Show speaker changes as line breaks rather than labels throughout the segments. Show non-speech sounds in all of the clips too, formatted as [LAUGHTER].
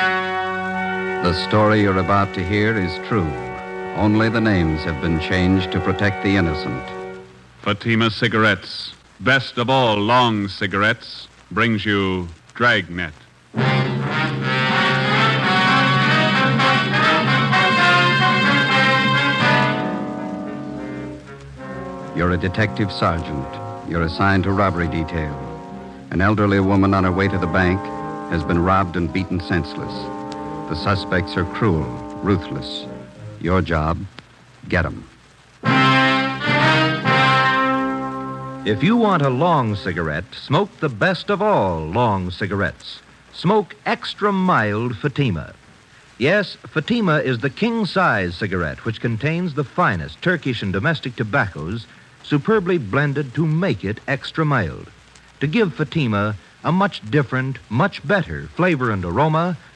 The story you're about to hear is true. Only the names have been changed to protect the innocent.
Fatima Cigarettes, best of all long cigarettes, brings you Dragnet.
You're a detective sergeant. You're assigned to robbery detail. An elderly woman on her way to the bank has been robbed and beaten senseless. The suspects are cruel, ruthless. Your job, get 'em.
If you want a long cigarette, smoke the best of all long cigarettes. Smoke extra mild Fatima. Yes, Fatima is the king size cigarette which contains the finest Turkish and domestic tobaccos superbly blended to make it extra mild. To give Fatima a much different, much better flavor and aroma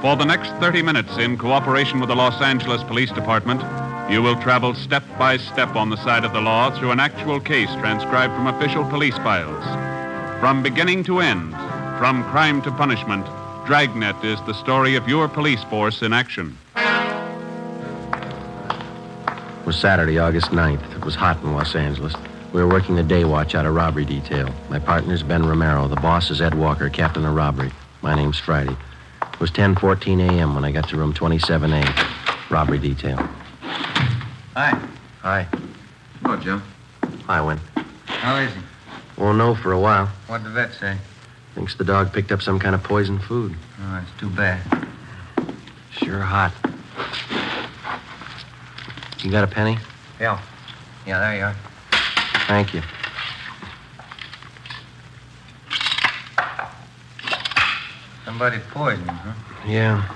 For the next 30 minutes, in cooperation with the Los Angeles Police Department, you will travel step by step on the side of the law through an actual case transcribed from official police files. From beginning to end, from crime to punishment, Dragnet is the story of your police force in action.
It was Saturday, August 9th. It was hot in Los Angeles. We were working the day watch out of robbery detail. My partner's Ben Romero. The boss is Ed Walker, captain of robbery. My name's Friday. It was 10:14 a.m. when I got to room 27A, robbery detail.
Hi.
Hi.
Hello, Joe.
Hi, Win.
How is he?
Won't know for a while.
What'd the vet say?
Thinks the dog picked up some kind of poison food.
Oh, it's too bad.
Sure hot. You got a penny?
Yeah. Yeah, there you are.
Thank you.
Somebody poisoned him, huh?
Yeah.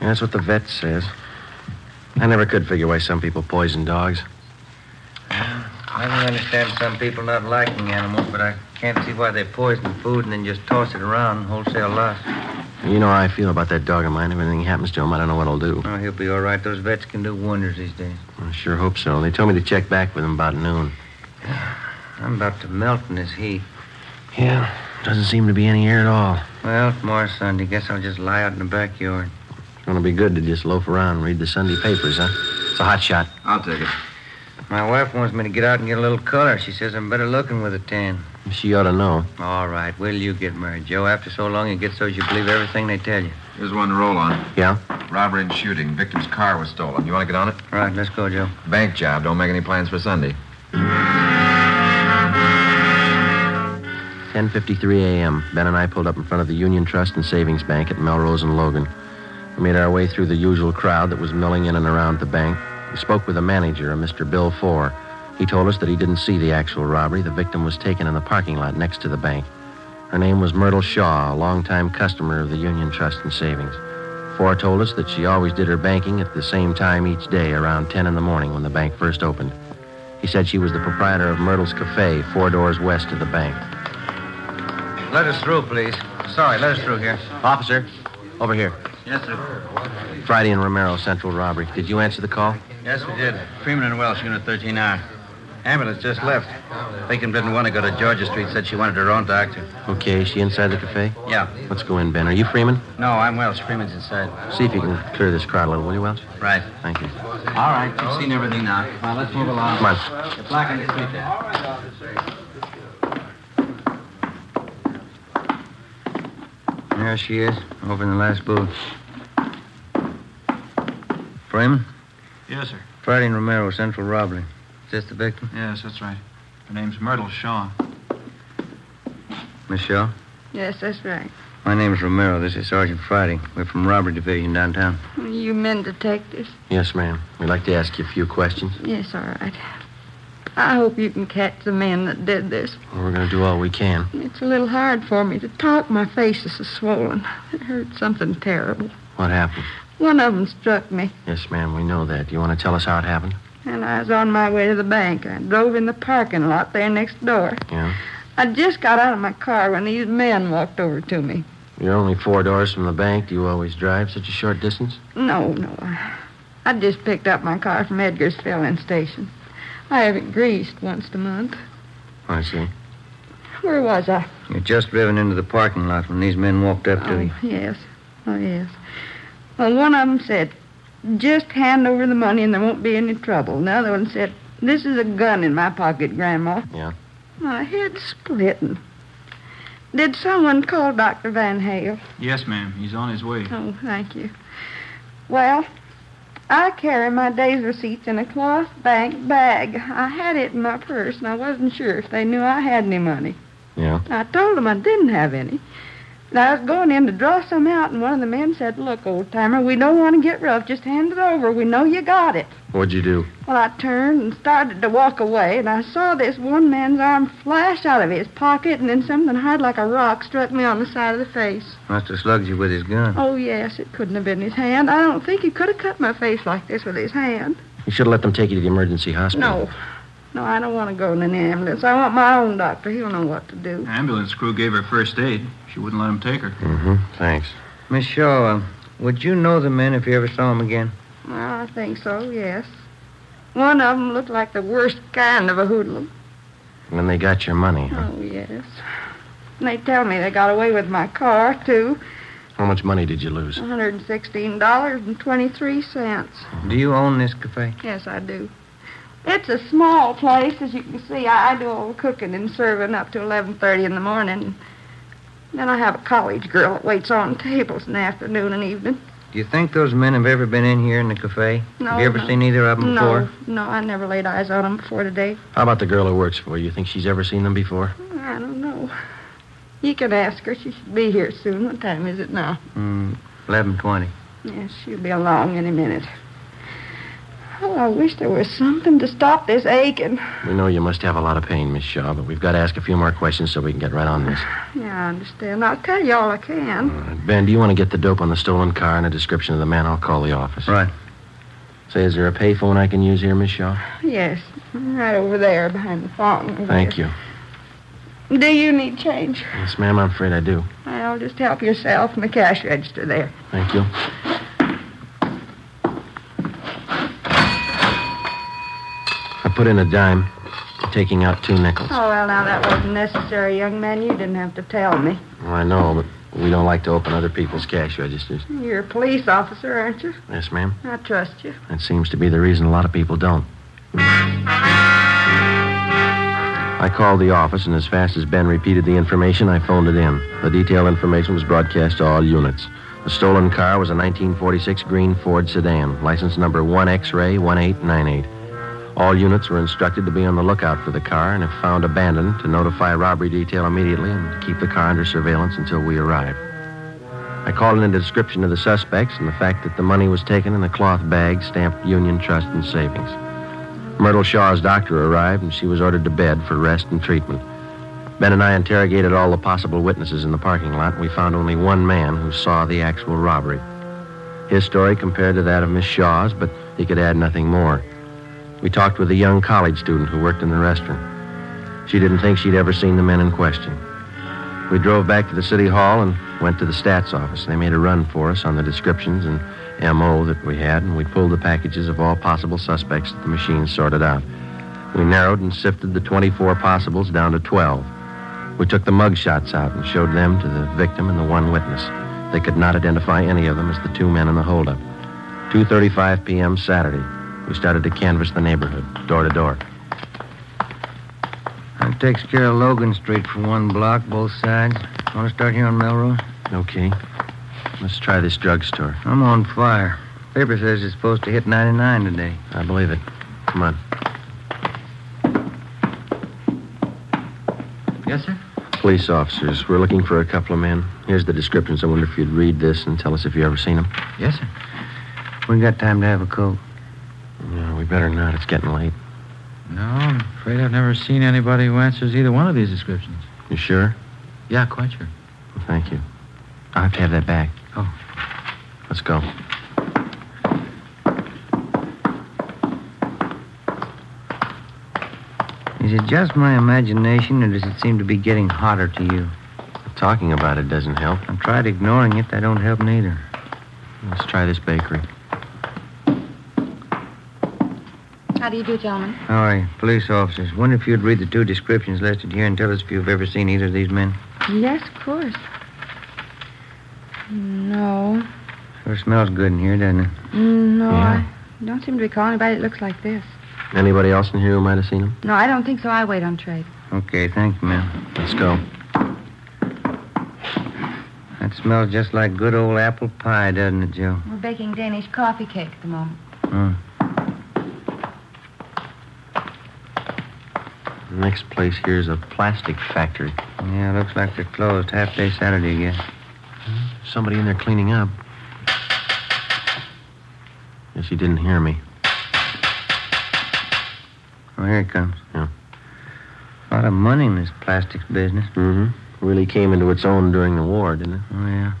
That's what the vet says. I never could figure why some people poison dogs.
I can understand some people not liking animals, but I can't see why they poison food and then just toss it around and wholesale loss.
You know how I feel about that dog of mine. If anything happens to him, I don't know what I'll do.
Oh, he'll be all right. Those vets can do wonders these days.
I sure hope so. They told me to check back with him about noon.
I'm about to melt in this heat.
Yeah, doesn't seem to be any air at all.
Well, tomorrow Sunday, guess I'll just lie out in the backyard.
It's gonna be good to just loaf around and read the Sunday papers, huh? It's a hot shot.
I'll take it. My wife wants me to get out and get a little color. She says I'm better looking with a tan.
She ought to know.
All right, will you get married, Joe? After so long, you get so you believe everything they tell you.
Here's one to roll on.
Yeah?
Robbery and shooting. Victim's car was stolen. You want to get on it?
All right, let's go, Joe.
Bank job. Don't make any plans for Sunday.
10:53 a.m. Ben and I pulled up in front of the Union Trust and Savings Bank at Melrose and Logan. We made our way through the usual crowd that was milling in and around the bank. We spoke with the manager, a Mr. Bill Four. He told us that he didn't see the actual robbery. The victim was taken in the parking lot next to the bank. Her name was Myrtle Shaw, a longtime customer of the Union Trust and Savings. Four told us that she always did her banking at the same time each day, around 10 in the morning when the bank first opened. He said she was the proprietor of Myrtle's Cafe, four doors west of the bank.
Let us through, please. Sorry, let us through here.
Officer, over here.
Yes, sir.
Friday and Romero Central Robbery. Did you answer the call?
Yes, we did. Freeman and Welsh, Unit 13R. Ambulance just left. Bacon didn't want to go to Georgia Street, said she wanted her own doctor.
Okay, is she inside the cafe?
Yeah.
Let's go in, Ben. Are you Freeman?
No, I'm Welsh. Freeman's inside.
See if you can clear this crowd a little, will you, Welch?
Right.
Thank you.
All right, you've seen everything now. Come on, let's move along.
Come on.
You're blocking the street there.
There she is, over in the last booth. Freeman?
Yes, sir.
Friday and Romero, Central Robbery. Is this the victim?
Yes, that's right. Her name's Myrtle Shaw.
Miss Shaw?
Yes, that's right.
My name's Romero. This is Sergeant Friday. We're from Robbery Division downtown.
You men detectives?
Yes, ma'am. We'd like to ask you a few questions.
Yes, all right. I hope you can catch the man that did this.
Well, we're going to do all we can.
It's a little hard for me to talk. My face is so swollen. I heard something terrible.
What happened?
One of them struck me,
Yes, ma'am, we know that. Do you want to tell us how it happened?
and I was on my way to the bank. I drove in the parking lot there next door.
Yeah.
I just got out of my car when these men walked over to me.
You're only four doors from the bank. Do you always drive such a short distance?
No, no. I- I just picked up my car from Edgar's filling station. I have it greased once a month.
I see.
Where was I?
You're just driven into the parking lot when these men walked up to you.
Oh, Yes. Oh, yes. Well, one of them said, just hand over the money and there won't be any trouble. The other one said, this is a gun in my pocket, Grandma.
Yeah.
My head's splitting. Did someone call Dr. Van Hale?
Yes, ma'am. He's on his way.
Oh, thank you. Well, I carry my day's receipts in a cloth bank bag. I had it in my purse, and I wasn't sure if they knew I had any money.
Yeah.
I told them I didn't have any. And I was going in to draw some out, and one of the men said, Look, old timer, we don't want to get rough. Just hand it over. We know you got it.
What'd you do?
Well, I turned and started to walk away, and I saw this one man's arm flash out of his pocket, and then something hard like a rock struck me on the side of the face.
Must have slugged you with his gun.
Oh, yes, it couldn't have been his hand. I don't think he could have cut my face like this with his hand.
You should have let them take you to the emergency hospital.
No. No, I don't want to go in an ambulance. I want my own doctor. He'll know what to do.
Ambulance crew gave her first aid. She wouldn't let him take her.
Mm-hmm. Thanks.
Miss Shaw, um, would you know the men if you ever saw them again?
Well, I think so, yes. One of them looked like the worst kind of a hoodlum.
And then they got your money. huh?
Oh, yes. And they tell me they got away with my car, too.
How much money did you lose?
$116.23.
Do you own this cafe?
Yes, I do. It's a small place, as you can see. I, I do all the cooking and serving up to 11.30 in the morning. Then I have a college girl that waits on tables in the afternoon and evening.
Do you think those men have ever been in here in the cafe?
No,
Have you ever
no.
seen either of them
no,
before?
No, I never laid eyes on them before today.
How about the girl who works for you? You think she's ever seen them before?
I don't know. You can ask her. She should be here soon. What time is it now?
Mm, 1120.
Yes, she'll be along any minute. Oh, I wish there was something to stop this aching.
We know you must have a lot of pain, Miss Shaw, but we've got to ask a few more questions so we can get right on this.
Yeah, I understand. I'll tell you all I can.
Ben, do you want to get the dope on the stolen car and a description of the man? I'll call the office. Right. Say, is there a payphone I can use here, Miss Shaw?
Yes, right over there behind the fountain.
Thank you.
you. Do you need change?
Yes, ma'am, I'm afraid I do.
Well, just help yourself in the cash register there.
Thank you. I put in a dime, taking out two nickels.
Oh, well, now that wasn't necessary, young man. You didn't have to tell me.
Well, I know, but we don't like to open other people's cash registers.
You're a police officer, aren't you?
Yes, ma'am.
I trust you.
That seems to be the reason a lot of people don't. I called the office, and as fast as Ben repeated the information, I phoned it in. The detailed information was broadcast to all units. The stolen car was a 1946 green Ford sedan, license number 1X-ray 1898. All units were instructed to be on the lookout for the car, and if found abandoned, to notify robbery detail immediately and keep the car under surveillance until we arrived. I called in a description of the suspects and the fact that the money was taken in a cloth bag stamped Union Trust and Savings. Myrtle Shaw's doctor arrived and she was ordered to bed for rest and treatment. Ben and I interrogated all the possible witnesses in the parking lot. We found only one man who saw the actual robbery. his story compared to that of Miss Shaw's, but he could add nothing more. We talked with a young college student who worked in the restaurant. She didn't think she'd ever seen the men in question. We drove back to the city hall and went to the stats office. They made a run for us on the descriptions and MO that we had, and we pulled the packages of all possible suspects that the machine sorted out. We narrowed and sifted the 24 possibles down to 12. We took the mug shots out and showed them to the victim and the one witness. They could not identify any of them as the two men in the holdup. 2:35 p.m. Saturday, we started to canvass the neighborhood, door to door.
That takes care of Logan Street for one block, both sides. Want to start here on Melrose?
Okay. Let's try this drugstore.
I'm on fire. Paper says it's supposed to hit 99 today.
I believe it. Come on.
Yes, sir?
Police officers, we're looking for a couple of men. Here's the descriptions. I wonder if you'd read this and tell us if you ever seen them.
Yes, sir. We got time to have a coke.
No, we better not. It's getting late.
No, I'm afraid I've never seen anybody who answers either one of these descriptions.
You sure?
Yeah, quite sure.
Well, thank you. I'll have to have that back.
Oh.
Let's go.
Is it just my imagination, or does it seem to be getting hotter to you?
Talking about it doesn't help.
I've tried ignoring it. That don't help neither.
Let's try this bakery.
How do you do, gentlemen?
All right, police officers. Wonder if you'd read the two descriptions listed here and tell us if you've ever seen either of these men.
Yes, of course. No.
Sure smells good in here, doesn't it?
No,
Yeah.
I don't seem to recall anybody that looks like this.
Anybody else in here who might have seen them?
No, I don't think so. I wait on trade.
Okay, thank you, ma'am.
Let's go.
That smells just like good old apple pie, doesn't it, Joe?
We're baking Danish coffee cake at the moment.
Hmm.
The next place here is a plastic factory.
Yeah, looks like they're closed half day Saturday again.
Somebody in there cleaning up. Guess he didn't hear me.
Oh, here it comes.
Yeah.
A lot of money in this plastics business.
Mm-hmm. Really came into its own during the war, didn't it?
Oh, yeah.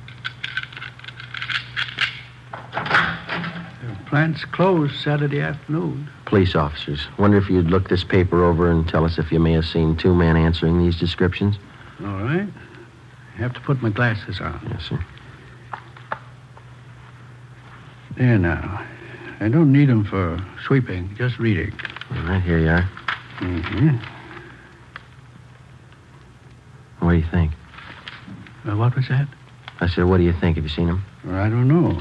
Plants closed Saturday afternoon.
Police officers. Wonder if you'd look this paper over and tell us if you may have seen two men answering these descriptions.
All right. I have to put my glasses on.
Yes, sir.
There now. I don't need 'em for sweeping, just reading.
All right, here you are.
Mm-hmm.
What do you think?
Uh, what was that?
I said, what do you think? Have you seen him?
Well, I don't know.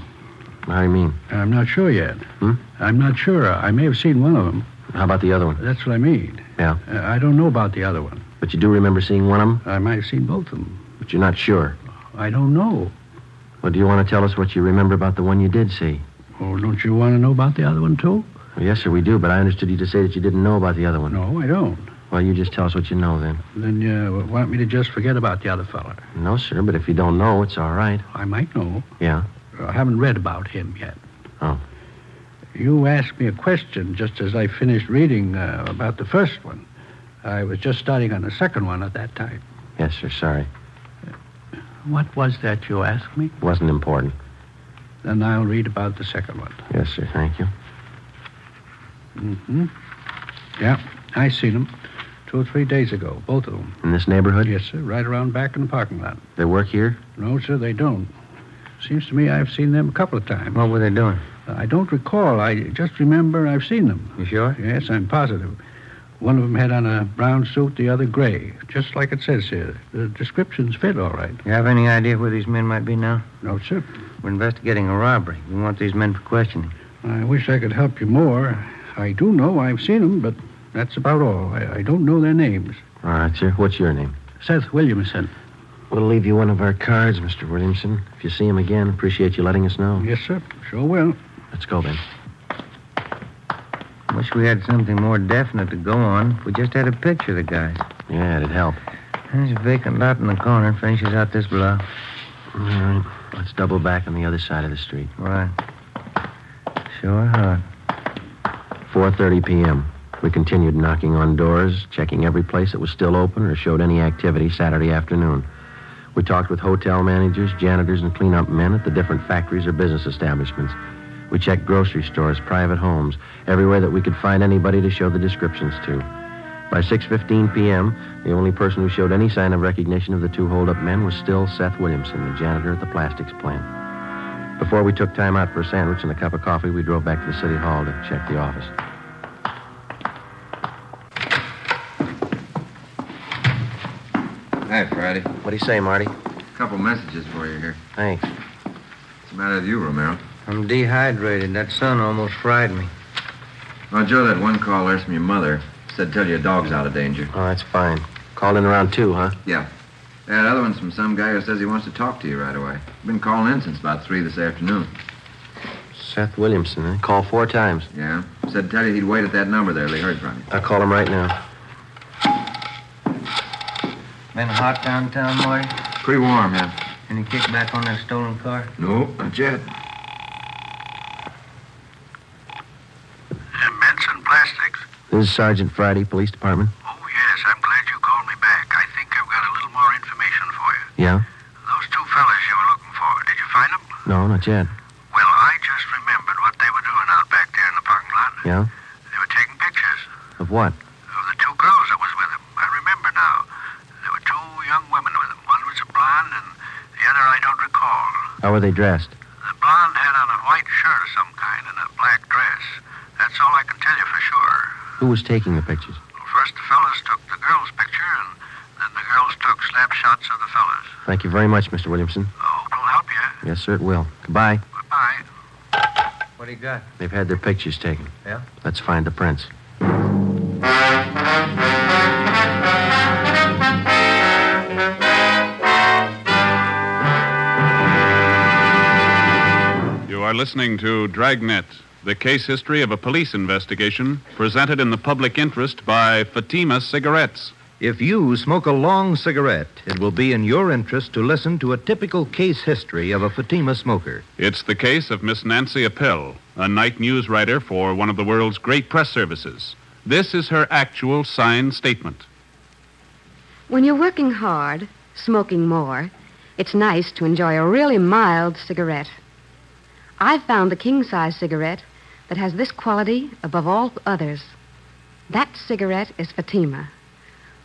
How do you mean?
I'm not sure yet.
Hmm?
I'm not sure. I may have seen one of 'em.
How about the other one?
That's what I mean.
Yeah.
Uh, I don't know about the other one.
But you do remember seeing one of them?
I might have seen both of 'em.
But you're not sure.
I don't know.
Well, do you want to tell us what you remember about the one you did see?
Oh, don't you want to know about the other one, too?
Well, yes, sir, we do, but I understood you to say that you didn't know about the other one.
No, I don't.
Well, you just tell us what you know then.
Then you uh, want me to just forget about the other fella?
No, sir, but if you don't know, it's all right.
I might know.
Yeah.
I haven't read about him yet.
Oh.
You asked me a question just as I finished reading uh, about the first one. I was just starting on the second one at that time.
Yes, sir, sorry.
What was that you asked me?
Wasn't important.
Then I'll read about the second one.
Yes, sir, thank you.
Mm-hmm. Yeah, I seen them two or three days ago, both of them.
In this neighborhood?
Yes, sir, right around back in the parking lot.
They work here?
No, sir, they don't. Seems to me I've seen them a couple of times.
What were they doing?
I don't recall. I just remember I've seen them.
You sure?
Yes, I'm positive. One of them had on a brown suit, the other gray, just like it says here. The descriptions fit all right.
You have any idea where these men might be now?
No, sir.
We're investigating a robbery. We want these men for questioning.
I wish I could help you more. I do know I've seen them, but that's about all. I, I don't know their names.
All right, sir. What's your name?
Seth Williamson.
We'll leave you one of our cards, Mr. Williamson. If you see him again, appreciate you letting us know.
Yes, sir. Sure will.
Let's go then.
Wish we had something more definite to go on. We just had a picture of the guys.
Yeah, it'd help.
There's a vacant lot in the corner. Finishes out this block.
All right. Let's double back on the other side of the street.
Right. Sure hot.
4:30 p.m. We continued knocking on doors, checking every place that was still open or showed any activity Saturday afternoon. We talked with hotel managers, janitors, and cleanup men at the different factories or business establishments. We checked grocery stores, private homes, everywhere that we could find anybody to show the descriptions to. By 6:15 p.m., the only person who showed any sign of recognition of the two holdup men was still Seth Williamson, the janitor at the plastics plant. Before we took time out for a sandwich and a cup of coffee, we drove back to the city hall to check the office.
Hi, Friday.
What do you say, Marty?
Couple messages for you here.
Thanks.
What's the matter with you, Romero?
I'm dehydrated. That sun almost fried me.
Well, Joe, that one call there from your mother said tell your dog's out of danger.
Oh, that's fine. Called in around two, huh?
Yeah. Yeah, That other one's from some guy who says he wants to talk to you right away. Been calling in since about three this afternoon.
Seth Williamson, huh? Called four times.
Yeah. Said tell you he'd wait at that number there they heard from you.
I'll call him right now.
Been hot downtown, Marty?
Pretty warm, yeah.
Any kickback on that stolen car?
No, not yet.
Benson Plastics.
This is Sergeant Friday, Police Department.
Oh, yes, I'm glad you called me back. I think I've got a little more information for you.
Yeah?
Those two fellas you were looking for, did you find them?
No, not yet.
Well, I just remembered what they were doing out back there in the parking lot.
Yeah?
They were taking pictures
Of what?
of the two girls that was with them. I remember now. There were two young women with them. One was a blonde, and the other I don't recall.
How were they dressed?
The blonde had on a white shirt of some kind and a black dress. That's all I can tell you for sure.
Who was taking the pictures?
First, the fellas took the girls' picture, and then the girls took snapshots of the fellas.
Thank you very much, Mr. Williamson.
Hope will help you.
Yes, sir, it will. Goodbye.
Goodbye.
What do you got?
They've had their pictures taken.
Yeah?
Let's find the prints.
You are listening to Dragnet, the case history of a police investigation presented in the public interest by Fatima Cigarettes.
If you smoke a long cigarette, it will be in your interest to listen to a typical case history of a Fatima smoker.
It's the case of Miss Nancy Appel, a night news writer for one of the world's great press services. This is her actual signed statement.
When you're working hard, smoking more, it's nice to enjoy a really mild cigarette. I've found the king size cigarette that has this quality above all others. That cigarette is Fatima.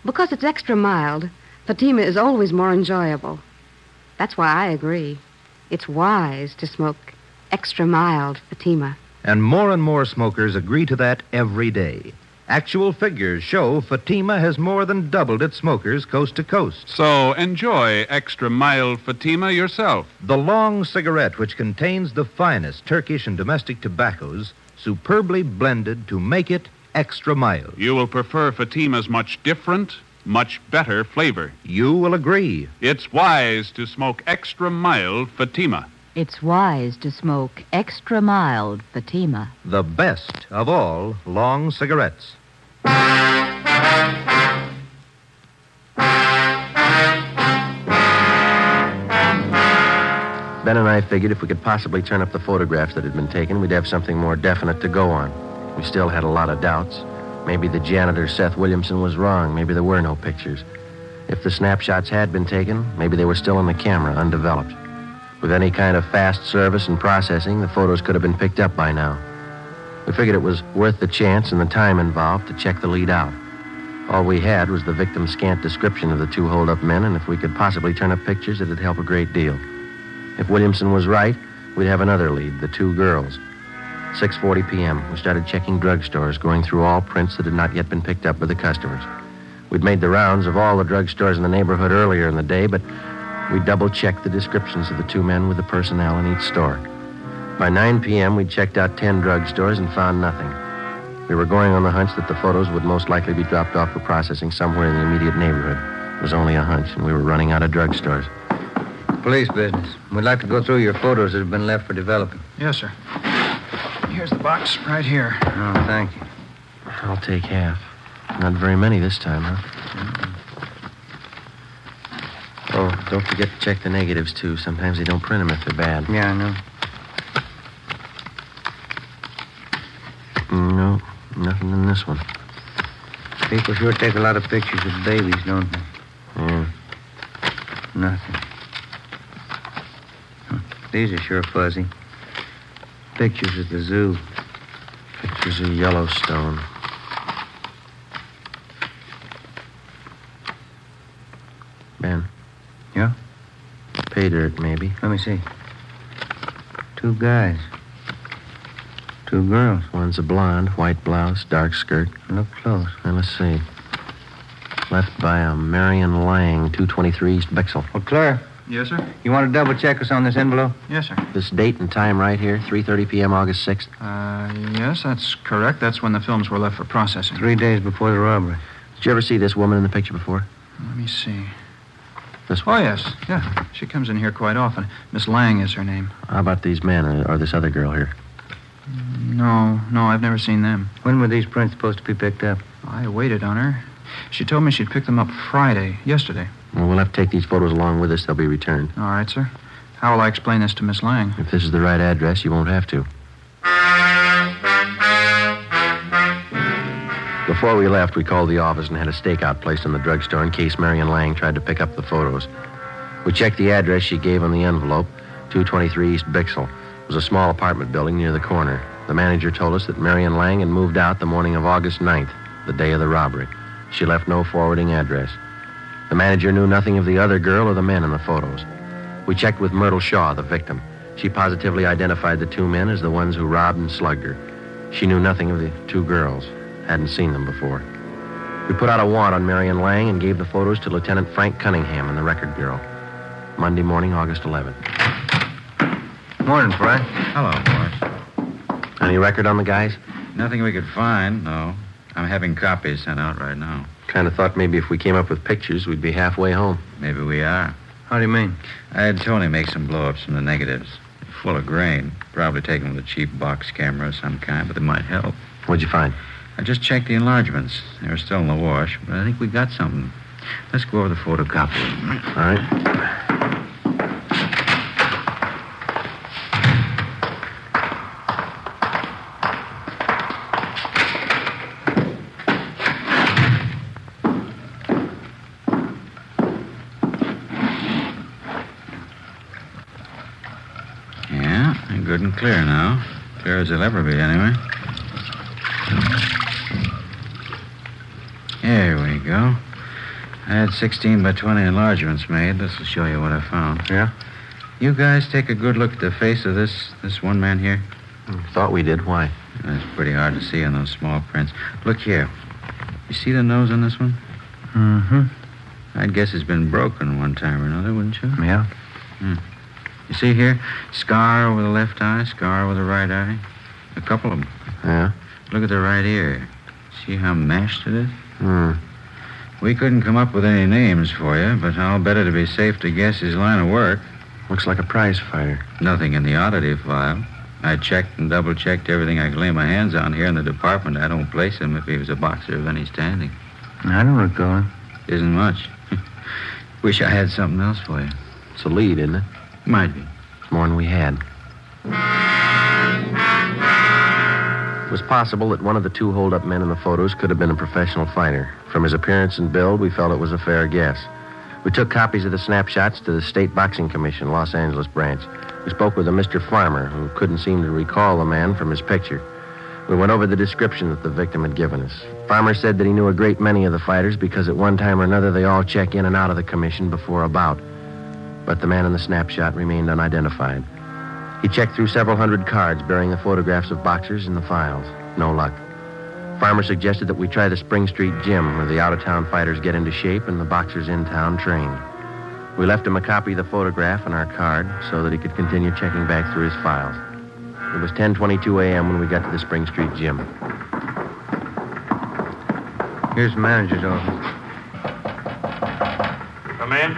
Because it's extra mild, Fatima is always more enjoyable. That's why I agree. It's wise to smoke extra mild Fatima.
And more and more smokers agree to that every day. Actual figures show Fatima has more than doubled its smokers coast to coast.
So enjoy extra mild Fatima yourself.
The long cigarette, which contains the finest Turkish and domestic tobaccos, superbly blended to make it extra mild.
You will prefer Fatima's much different, much better flavor.
You will agree.
It's wise to smoke extra mild Fatima.
It's wise to smoke extra mild Fatima.
The best of all long cigarettes.
Ben and I figured if we could possibly turn up the photographs that had been taken, we'd have something more definite to go on. We still had a lot of doubts. Maybe the janitor, Seth Williamson, was wrong. Maybe there were no pictures. If the snapshots had been taken, maybe they were still on the camera, undeveloped. With any kind of fast service and processing, the photos could have been picked up by now. We figured it was worth the chance and the time involved to check the lead out. All we had was the victim's scant description of the two holdup men, and if we could possibly turn up pictures, it'd help a great deal. If Williamson was right, we'd have another lead, the two girls. 6:40 p.m. We started checking drugstores, going through all prints that had not yet been picked up by the customers. We'd made the rounds of all the drugstores in the neighborhood earlier in the day, but we double-checked the descriptions of the two men with the personnel in each store. By 9 p.m., we checked out 10 drugstores and found nothing. We were going on the hunch that the photos would most likely be dropped off for processing somewhere in the immediate neighborhood. It was only a hunch, and we were running out of drugstores.
Police business. We'd like to go through your photos that have been left for developing.
Yes, sir. Here's the box right here.
Oh, thank you.
I'll take half. Not very many this time, huh? Oh, don't forget to check the negatives, too. Sometimes they don't print them if they're bad.
Yeah, I know.
No, nothing in this one. Hmm.
People sure take a lot of pictures of babies, don't they?
Yeah.
Nothing. Huh, These are sure fuzzy. Pictures at the zoo.
Pictures of Yellowstone. Ben.
Yeah?
Pay dirt, maybe.
Let me see. Two guys. Two girls.
One's a blonde, white blouse, dark skirt.
Look close.
And let's see. Left by a Marion Lang, 223 East Bexel.
Well, Claire,
Yes, sir?
you want to double check us on this envelope?
Yes, sir.
This date and time right here, 3.30 p.m., August 6th.
Uh, yes, that's correct. That's when the films were left for processing.
Three days before the robbery.
Did you ever see this woman in the picture before?
Let me see.
This
Oh, yes. Yeah. She comes in here quite often. Miss Lang is her name.
How about these men uh, or, or this other girl here?
No, no, I've never seen them.
When were these prints supposed to be picked up?
I waited on her. She told me she'd pick them up Friday, yesterday.
Well, we'll have to take these photos along with us. They'll be returned.
All right, sir. How will I explain this to Miss Lang?
If this is the right address, you won't have to. Before we left, we called the office and had a stakeout placed in the drugstore in case Marion Lang tried to pick up the photos. We checked the address she gave on the envelope, 223 East Bixel. It was a small apartment building near the corner. The manager told us that Marion Lang had moved out the morning of August 9th, the day of the robbery. She left no forwarding address. The manager knew nothing of the other girl or the men in the photos. We checked with Myrtle Shaw, the victim. She positively identified the two men as the ones who robbed and slugged her. She knew nothing of the two girls, hadn't seen them before. We put out a warrant on Marion Lang and gave the photos to Lieutenant Frank Cunningham in the Record Bureau. Monday morning, August 11th.
Morning, Frank.
Hello, boy.
Any record on the guys?
Nothing we could find, no. I'm having copies sent out right now.
Kind of thought maybe if we came up with pictures, we'd be halfway home.
Maybe we are.
How do you mean?
I had Tony make some blow-ups from the negatives. They're full of grain. Probably taken with a cheap box camera of some kind, but it might help.
What'd you find?
I just checked the enlargements. They were still in the wash, but I think we got something. Let's go over the photocopy.
All right.
Yeah, good and clear now. Clear as it'll ever be, anyway. Here we go. I had 16 by 20 enlargements made. This will show you what I found.
Yeah?
You guys take a good look at the face of this this one man here.
Hmm, Thought we did. Why?
It's pretty hard to see on those small prints. Look here. You see the nose on this one?
Mm-hmm.
I'd guess it's been broken one time or another, wouldn't you? Hmm.
Yeah.
You see here? Scar over the left eye, scar over the right eye. A couple of them.
Yeah?
Look at the right ear. See how mashed it is?
Hmm.
We couldn't come up with any names for you, but I'll bet it'd be safe to guess his line of work.
Looks like a prize fighter.
Nothing in the oddity file. I checked and double checked everything I could lay my hands on here in the department. I don't place him if he was a boxer of any standing.
I don't recall him.
Isn't much. [LAUGHS] Wish I had something else for you.
It's a lead, isn't it?
Might be.
It's more than we had. It was possible that one of the two holdup men in the photos could have been a professional fighter. From his appearance and build, we felt it was a fair guess. We took copies of the snapshots to the State Boxing Commission, Los Angeles branch. We spoke with a Mr. Farmer, who couldn't seem to recall the man from his picture. We went over the description that the victim had given us. Farmer said that he knew a great many of the fighters because at one time or another they all check in and out of the commission before a bout. But the man in the snapshot remained unidentified. He checked through several hundred cards bearing the photographs of boxers in the files. No luck. Farmer suggested that we try the Spring Street gym where the out of town fighters get into shape and the boxers in town train. We left him a copy of the photograph and our card so that he could continue checking back through his files. It was 10:22 a.m. when we got to the Spring Street gym.
Here's the manager's office.
Come in?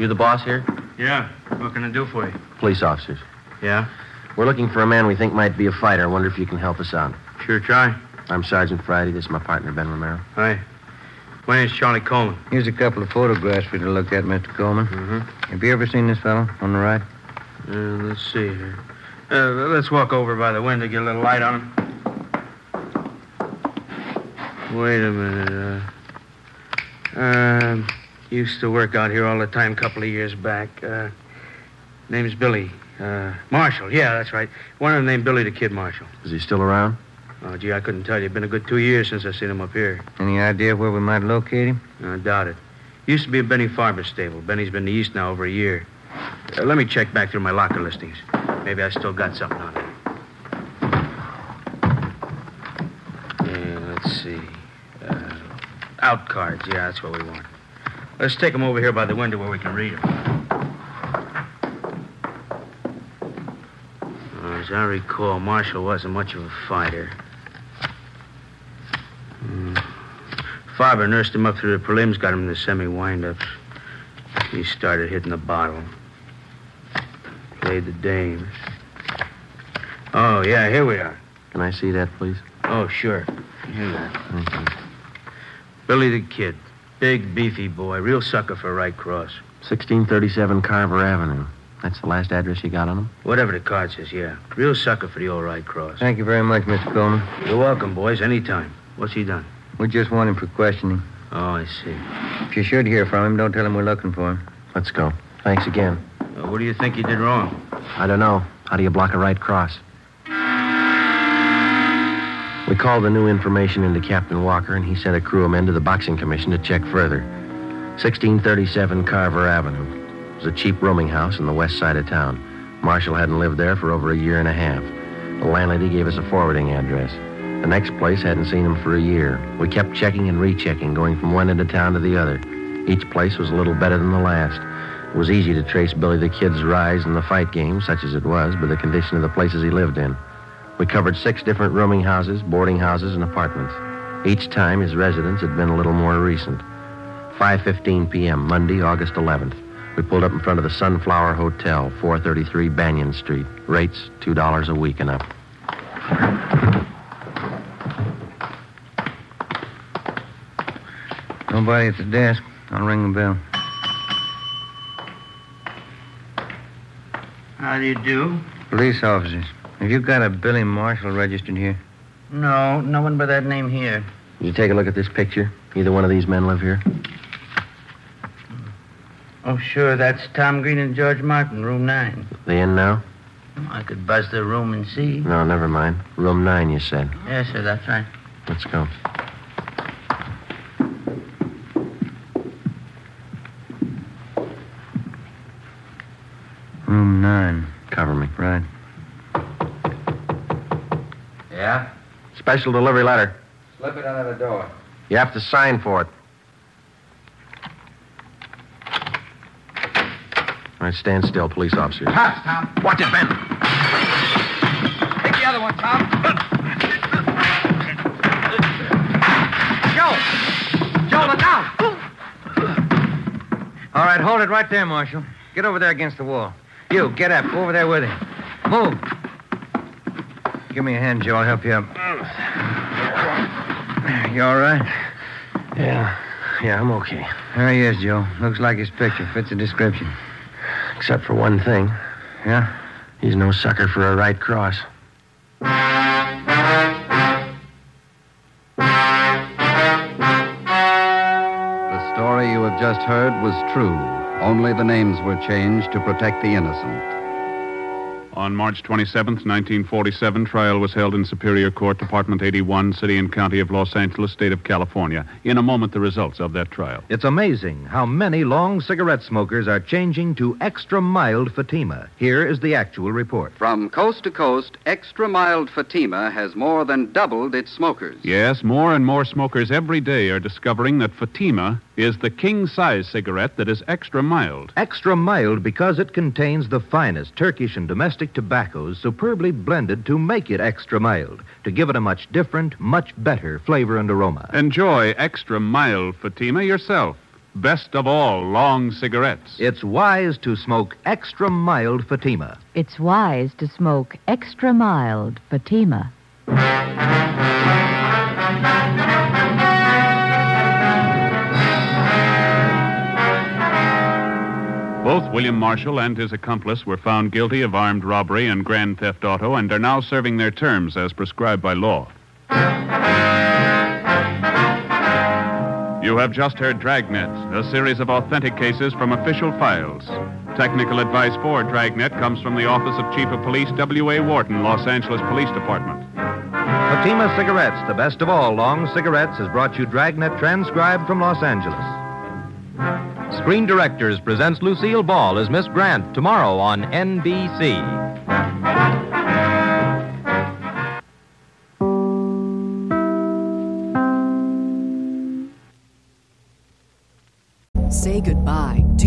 You the boss here?
Yeah.
What can I do for you?
Police officers.
Yeah?
We're looking for a man we think might be a fighter. I wonder if you can help us out.
Sure try.
I'm Sergeant Friday. This is my partner Ben Romero.
Hey. My name's Charlie Coleman.
Here's a couple of photographs for you to look at, Mr. Coleman. Mm-hmm. Have you ever seen this fellow on the right?
Uh, let's see here. Uh, let's walk over by the window, get a little light on him. Wait a minute. Uh, Uh, used to work out here all the time a couple of years back. Uh, name's Billy. Uh, Marshall, yeah, that's right. One of them named Billy the Kid Marshall.
Is he still around?
Oh, gee, I couldn't tell you. Been a good two years since I seen him up here.
Any idea where we might locate him?
I doubt it. Used to be in Benny Farber's stable. Benny's been to the East now over a year. Uh, let me check back through my locker listings. Maybe I still got something on him. Yeah, let's see. Uh, out cards. Yeah, that's what we want. Let's take them over here by the window where we can read them. as I recall, Marshall wasn't much of a fighter. Hmm. Farber nursed him up through the prelims, got him in the semi windups. He started hitting the bottle. Played the dames. Oh, yeah, here we are.
Can I see that, please?
Oh, sure. Here you are. Billy the Kid. Big, beefy boy. Real sucker for right cross.
1637 Carver Avenue. That's the last address you got on him?
Whatever the card says, yeah. Real sucker for the old right cross.
Thank you very much, Mr. Coleman.
You're welcome, boys, anytime. What's he done?
We just want him for questioning.
Oh, I see.
If you should hear from him, don't tell him we're looking for him.
Let's go. Thanks again.
Uh, what do you think he did wrong?
I don't know. How do you block a right cross? We called the new information into Captain Walker, and he sent a crew of men to the Boxing Commission to check further. 1637 Carver Avenue. It was a cheap rooming house on the west side of town. Marshall hadn't lived there for over a year and a half. The landlady gave us a forwarding address. The next place hadn't seen him for a year. We kept checking and rechecking, going from one end of town to the other. Each place was a little better than the last. It was easy to trace Billy the Kid's rise in the fight game, such as it was, by the condition of the places he lived in. We covered six different rooming houses, boarding houses, and apartments. Each time his residence had been a little more recent. 5:15 p.m. Monday, August 11th. We pulled up in front of the Sunflower Hotel, 433 Banyan Street. Rates $2 a week and up.
Nobody at the desk. I'll ring the bell.
How do you do?
Police officers, have you got a Billy Marshall registered here?
No, no one by that name here.
Did you take a look at this picture? Either one of these men live here?
Oh, sure. That's Tom Green and George Martin, room nine.
They in now?
I could buzz their room and see.
No, never mind. Room 9, you said.
Yes, sir, that's right.
Let's go.
Room nine.
Cover me.
Right.
Yeah?
Special delivery letter.
Slip it under the door.
You have to sign for it. All right, stand still, police officers.
Pass, Tom.
Watch it, Ben.
Take the other one, Tom. Joe! Joe, look out!
All right, hold it right there, Marshal. Get over there against the wall. You, get up. Over there with him. Move. Give me a hand, Joe. I'll help you up. You all right?
Yeah. Yeah, I'm okay.
There he is, Joe. Looks like his picture. Fits the description.
Except for one thing.
Yeah?
He's no sucker for a right cross.
The story you have just heard was true. Only the names were changed to protect the innocent.
On March 27, 1947, trial was held in Superior Court, Department 81, City and County of Los Angeles, State of California. In a moment, the results of that trial.
It's amazing how many long cigarette smokers are changing to extra mild Fatima. Here is the actual report.
From coast to coast, extra mild Fatima has more than doubled its smokers.
Yes, more and more smokers every day are discovering that Fatima is the king size cigarette that is extra mild.
Extra mild because it contains the finest Turkish and domestic tobaccos superbly blended to make it extra mild, to give it a much different, much better flavor and aroma.
Enjoy extra mild Fatima yourself. Best of all, long cigarettes.
It's wise to smoke extra mild Fatima.
It's wise to smoke extra mild Fatima.
Both William Marshall and his accomplice were found guilty of armed robbery and grand theft auto and are now serving their terms as prescribed by law. You have just heard Dragnet, a series of authentic cases from official files. Technical advice for Dragnet comes from the Office of Chief of Police W.A. Wharton, Los Angeles Police Department.
Fatima Cigarettes, the best of all long cigarettes, has brought you Dragnet transcribed from Los Angeles. Screen Directors presents Lucille Ball as Miss Grant tomorrow on NBC.
Say goodbye to